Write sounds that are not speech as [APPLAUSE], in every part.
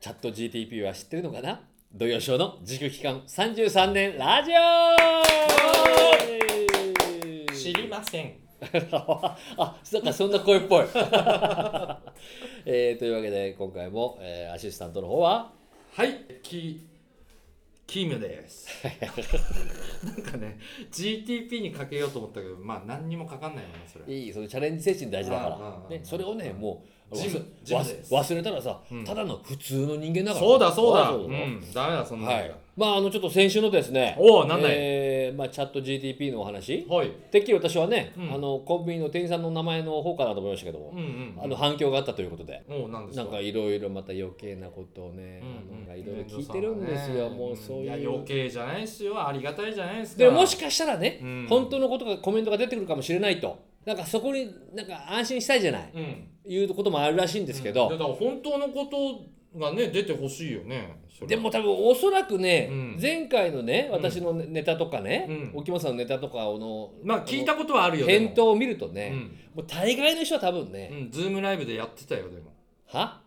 チャット GTP は知ってるのかな土曜ショーの自粛期間33年ラジオ知りません。あなんかそんな声っぽい、 [LAUGHS] えーというわけで今回も、えーアシスタントの方ははい、キキーミ [LAUGHS] ョです。なんかね、GTP にかけようと思ったけど、まあ何にもかかんないよね、それ。いいそのチャレンジ精神大事だかあああらあ、ねあ、あそれをねもうジム忘ジムです忘忘れたらさ、うんただの普通の人間だからそうだそうだ。ああうだん、ダメだそんなの。はいまああのちょっと先週のですねおうなんだいえーまあ、チャット GTP のお話はい。てっきり私はね、うんあのコンビニの店員さんの名前の方かなと思いましたけどもうん、うん。あの反響があったということでもうなんですなか。んかいろいろまた余計なことをね、うんあのうんいろいろ聞いてるんですよ、もうそうやいう。余計じゃないですよ。ありがたいじゃないですか。でもしかしたらね、うん本当のことがコメントが出てくるかもしれないとなんかそこになんか安心したいじゃない、うん。いうこともあるらしいんですけいやど、だから本当のことがね出てほしいよね。それでも多分おそらくね、うん前回のね私のネタとかね、うん沖本さんのネタとかのまあ聞いたことはあるよ。でも返答を見るとうね、ん。もう大概の人は多分うね、ん。ズームライブでやってたよでも。は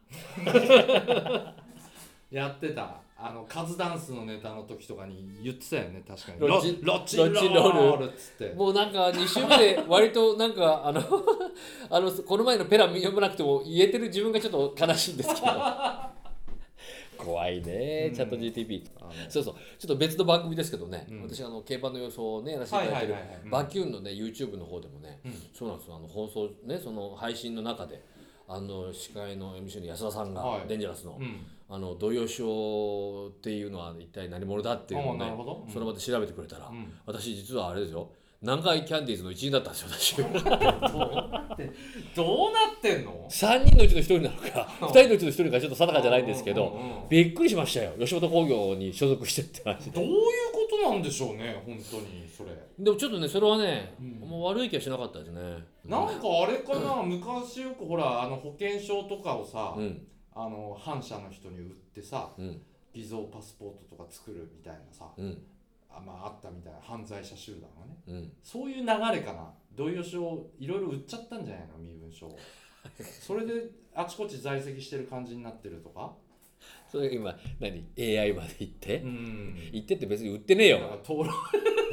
やってたあのカズダンスのネタの時とかに言ってたよね確かにロッロチロッチロロッチローールルっつってもうなんか2週目で割となんかあの [LAUGHS] あのこの前のペラ読まなくても言えてる自分がちょっと悲しいんですけど [LAUGHS] 怖いねうんチャット GTP、あのそうそうちょっと別の番組ですけどね、うん私あの競馬の予想をねやらせていただいてるはいはいはいはいうんバキューンのね YouTube の方でもね、うんそうなんですよあの放送ねその配信の中であの司会の MC の安田さんが、はいデンジャラスの,、うんあの土曜賞っていうのは一体何者だっていうのをあねなるほどうんその場で調べてくれたら、うん私実はあれですよ南海キャンディーズの一員だったんですよ [LAUGHS] 私どうなってどうなってんの3人のうちの1人なのか2人のうちの1人かちょっと定かじゃないんですけうどんうんうんびっくりしましたよ吉本興業に所属してって話どういうことなんでしょうね本当にそれでもちょっとねそれはね、うんもう悪い気はしなかったですねなんかあれかな昔よくほらあの保険証とかをさうんあの反社の人に売ってさうん偽造パスポートとか作るみたいなさうんあまああったみたいな犯罪者集団がねうんそういう流れかな同意書をいろいろ売っちゃったんじゃないの身分証をそれであちこち在籍してる感じになってるとかそれが今何 AI まで行って、ん行ってって別に売ってねえなんかよ登録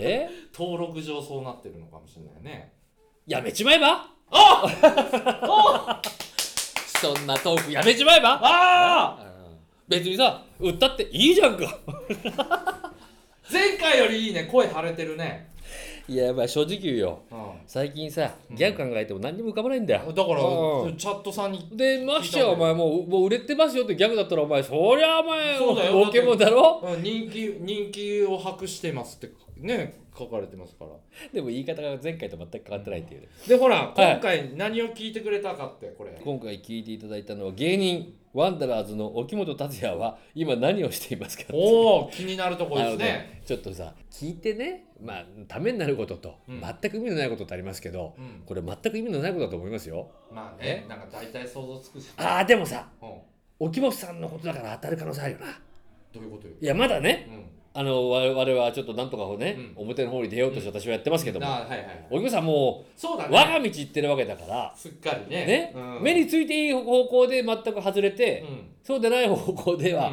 え登録上そうなってるのかもしれないねやめちまえ [LAUGHS] ばそんなトークやめちまえばああ別にさ売ったっていいじゃんか前回よりいいね声腫れてるね、いやまあ正直言うようん、最近さうんギャグ考えても何にも浮かばないんだよ、だからうんチャットさんにでましてやお前もうもう売れてますよってギャグだったらお前そりゃお前そうだよボケもんだろうん人気人気を博してますってね書かれてますからでも言い方が前回と全く変わってないっていうねでほらはい今回何を聞いてくれたかってこれ今回聞いていただいたのは芸人ワンダラーズの沖本達也は今何をしていますかおお気になるとこあですのねねちょっとさ聞いてねまあためになることと、うん全く意味のないことってありますけど、うんこれ全く意味のないことだと思いますよまあね、なんか大体想像つくし。あーでもさうん、沖本さんのことだから当たる可能性あるよなどういうことよ。いやまだねうあの我々はちょっとなんとかをね、うん表の方に出ようとして私はやってますけどん。も、あ、はいはいはい。沖本さんもそうだう我ね。が道行ってるわけだから、すっかりね。ねうん、目についていい方向で全く外れて、うん。そうでない方向ででは、、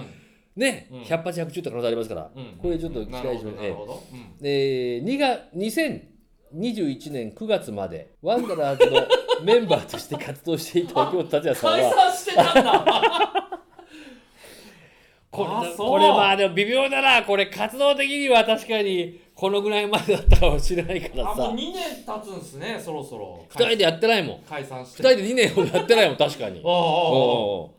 ね、うん百発百中って可能性ありますから、うん、これちょっと期待しまなするほどなるほど。うん。えー、2が2021年9月までワンダラーズのメンバーとして活動していた秋元達也さん解は散してたんだ。 [LAUGHS] これあそうこれまあでも微妙だなこれ活動的には確かにこのぐらいまでだったかもしれないかあ、らもさう二年経つんですね。そろそろ。 2人でやってないもん2解散して。人で2年もやってないもん確かにあああ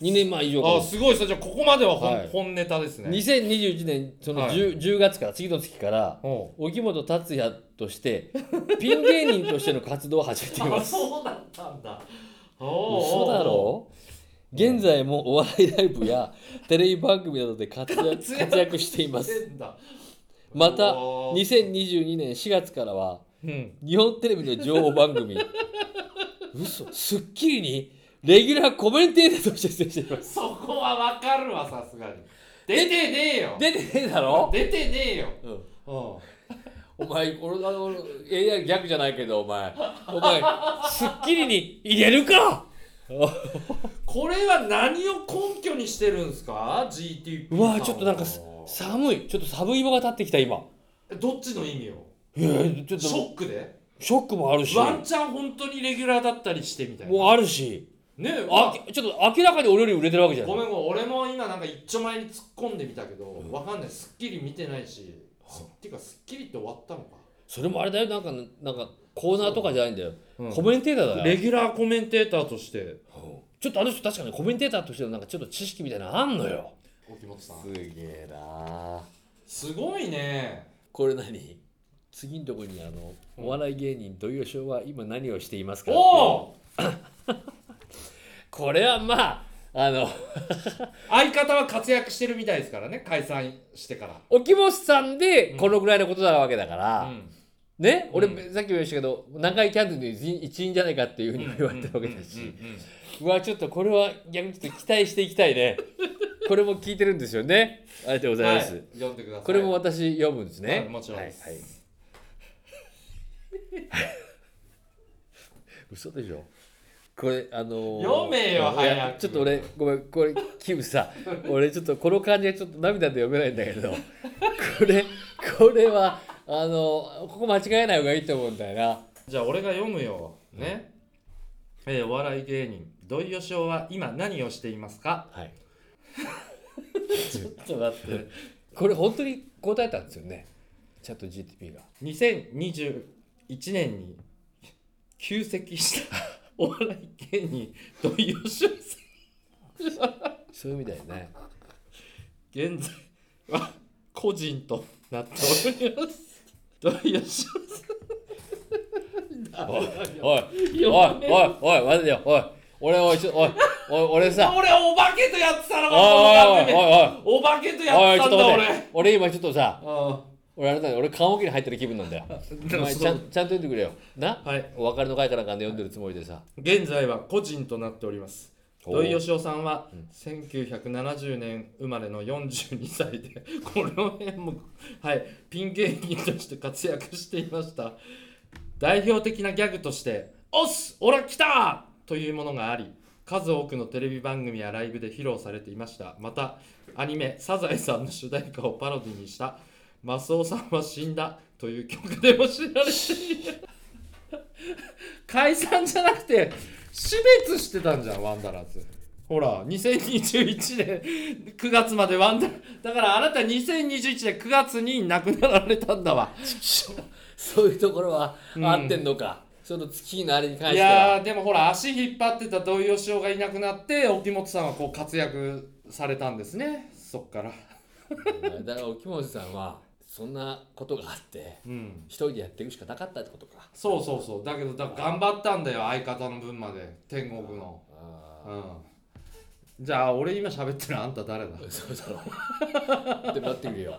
2年前以上かあああ。もあ、すごいさ。じゃあここまでは本、はい本ネタですね。 2021年その 10,、10月から次の月からおう沖本達也として [LAUGHS] ピン芸人としての活動を始めていまあ、すそうだったんだ。おうおうおう嘘だろ現在もお笑いライブやテレビ番組などで活躍活躍活躍していましすてんだまたおー2022年4月からはうん。日本テレビの情報番組嘘スッキリにレギュラーコメンテーターとして出演していますそこはわかるわ、さすがに。出てねえよ。出てねえだろ、出てねえよ。うんうん。お前俺あの AI 逆じゃないけどお前お前スッキリに入れるかこれは何を根拠にしてるんですか ?GTP さんうはわーちょっとなんかす寒いちょっと寒い棒が立ってきた今どっちの意味をえー、ちょっとショックでショックもあるしワンチャン本当にレギュラーだったりしてみたいなもうあるしねえあきちょっと明らかに俺より売れてるわけじゃないごめんごめん俺も今なんか一丁前に突っ込んでみたけど、わかんない『スッキリ』見てないし、すっていうか『スッキリ』って終わったのか、それもあれだよなんかなんかコーナーとかじゃないんだよ、うんコメンテーターだよレギュラーコメンテーターとしてちょっとあの人確かにコメンテーターとしてのなんかちょっと知識みたいなのあんのよ沖本さんすげえなすごいねこれ何次のとこにあのお笑い芸人土井善雄は今何をしていますかっていうおおこれはまああの [LAUGHS] 相方は活躍してるみたいですからね解散してから沖本さんでこのぐらいのことなわけだから、うんね俺、うさっきも言いましたけど長井キャンディーの一員一員じゃないかっていうふうにも言われたわけだし、ううんうんうんうんわちょっとこれは逆にちょっと期待していきたいねこれも聞いてるんですよねありがとうございます、はい、読んでくださいこれも私読むんですね、はいもちろんですはいはい [LAUGHS] 嘘でしょこれあのー読めいよや早くちょっと俺ごめんこれキムさ [LAUGHS] 俺ちょっとこの感じはちょっと涙で読めないんだけどこれこれはあのここ間違えない方がいいと思うんだよなじゃあ俺が読むよね、えーお笑い芸人土井善雄は今何をしていますかはいちょっと待ってこれ本当に答えたんですよねチャット GTP が2021年に休席したお笑い芸人土井善雄さんそういう意味だよね現在は個人となっております土井善雄さおいおいおいおいおい待てよおい俺おいちょおいおい俺さ [LAUGHS] ん俺お化けとやってたのおいかおいおいおいおいお化けとやおっいてちょったんとだ待俺って俺今ちょっとさあ俺あれだよ俺棺桶に入ってる気分なんだ [LAUGHS] よお前ちゃんちゃんと読んでくれよなあはいお別れの会かなんかで読んでるつもりでさ現在は個人となっておりますお土井善雄さんは1970年生まれの42歳で [LAUGHS] この辺も、はい、ピン芸人として活躍していました代表的なギャグとして「おっすオラ来た!」というものがあり数多くのテレビ番組やライブで披露されていましたまたアニメ「サザエさん」の主題歌をパロディにした「マスオさんは死んだ」という曲でも知られている解散じゃなくて死別してたんじゃんワンダラーズほら2021年9月までワンダだからあなた2021年9月に亡くなられたんだわそういうところはうん合ってんのか、その月のあれに関いしてやはーでもほら足引っ張ってた土井善雄がいなくなって沖本さんはこう活躍されたんですねそっからだから沖本さんはそんなことがあってうん一人でやっていくしかなかったってことかそうそうそうだけどだ頑張ったんだよ相方の分まで天国のあうんじゃあ俺今喋ってるのあんた [LAUGHS] 誰だーそうだろうで待ってくれよ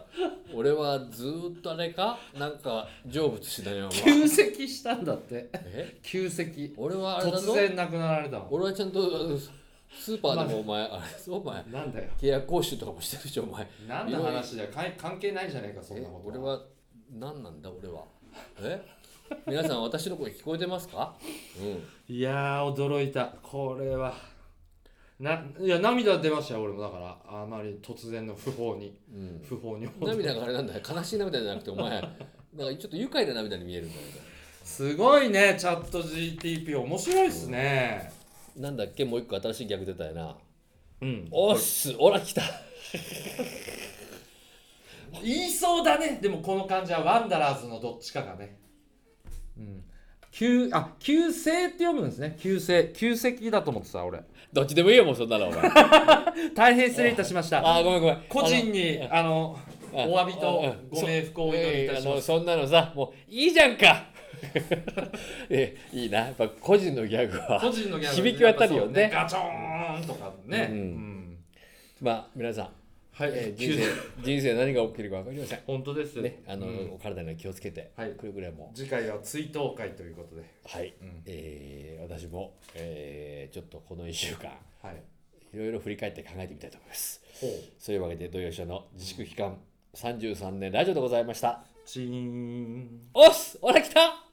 俺はずーっとあれかなんか成仏しないまま急席したんだ [LAUGHS] ってえ急席俺はあれだ突ぞ然亡くなられたの俺はちゃんとあのススーパーでもお前、あれそうお前なんだよ契約講習とかもしてるしお前何の話だよかい関係ないじゃないかそんえなこと俺は何なんだ俺はえ皆さん私の声聞こえてますかうんいやー驚いたこれはないや涙出ましたよ俺もだからあまり突然の訃報にうん訃報に涙があれなんだよ悲しい涙じゃなくてお前なんかちょっと愉快な涙に見えるんだよねすごいねチャット GTP 面白いっすねなんだっけもう一個新しい逆出たよなうんおっすオラ来た言いそうだねでもこの感じはワンダラーズのどっちかがねうん旧あ旧姓って読むんですね旧姓旧籍だと思ってた俺どっちでもいいよもうそんなのお [LAUGHS] 前大変失礼いたしましたあーごめんごめん個人にあのあお詫びあとあご冥福をお祈りいたしえーあまのすそんなのさもういいじゃんか [LAUGHS] えーいいなやっぱ個人のギャグ個は人のギャグ響き渡るよねガチョーンとかね、うんうんまあ皆さん、はい、えー人生人生何が起きるか分かりません本当ですよねあの、うんお体には気をつけて、はいくれぐれも次回は追悼会ということで、はい、うんえー私も、えーちょっとこの1週間はい、いろいろ振り返って考えてみたいと思いますほうそういうわけで土曜社の自粛期間33年ラジオでございましたチーンおっす俺来た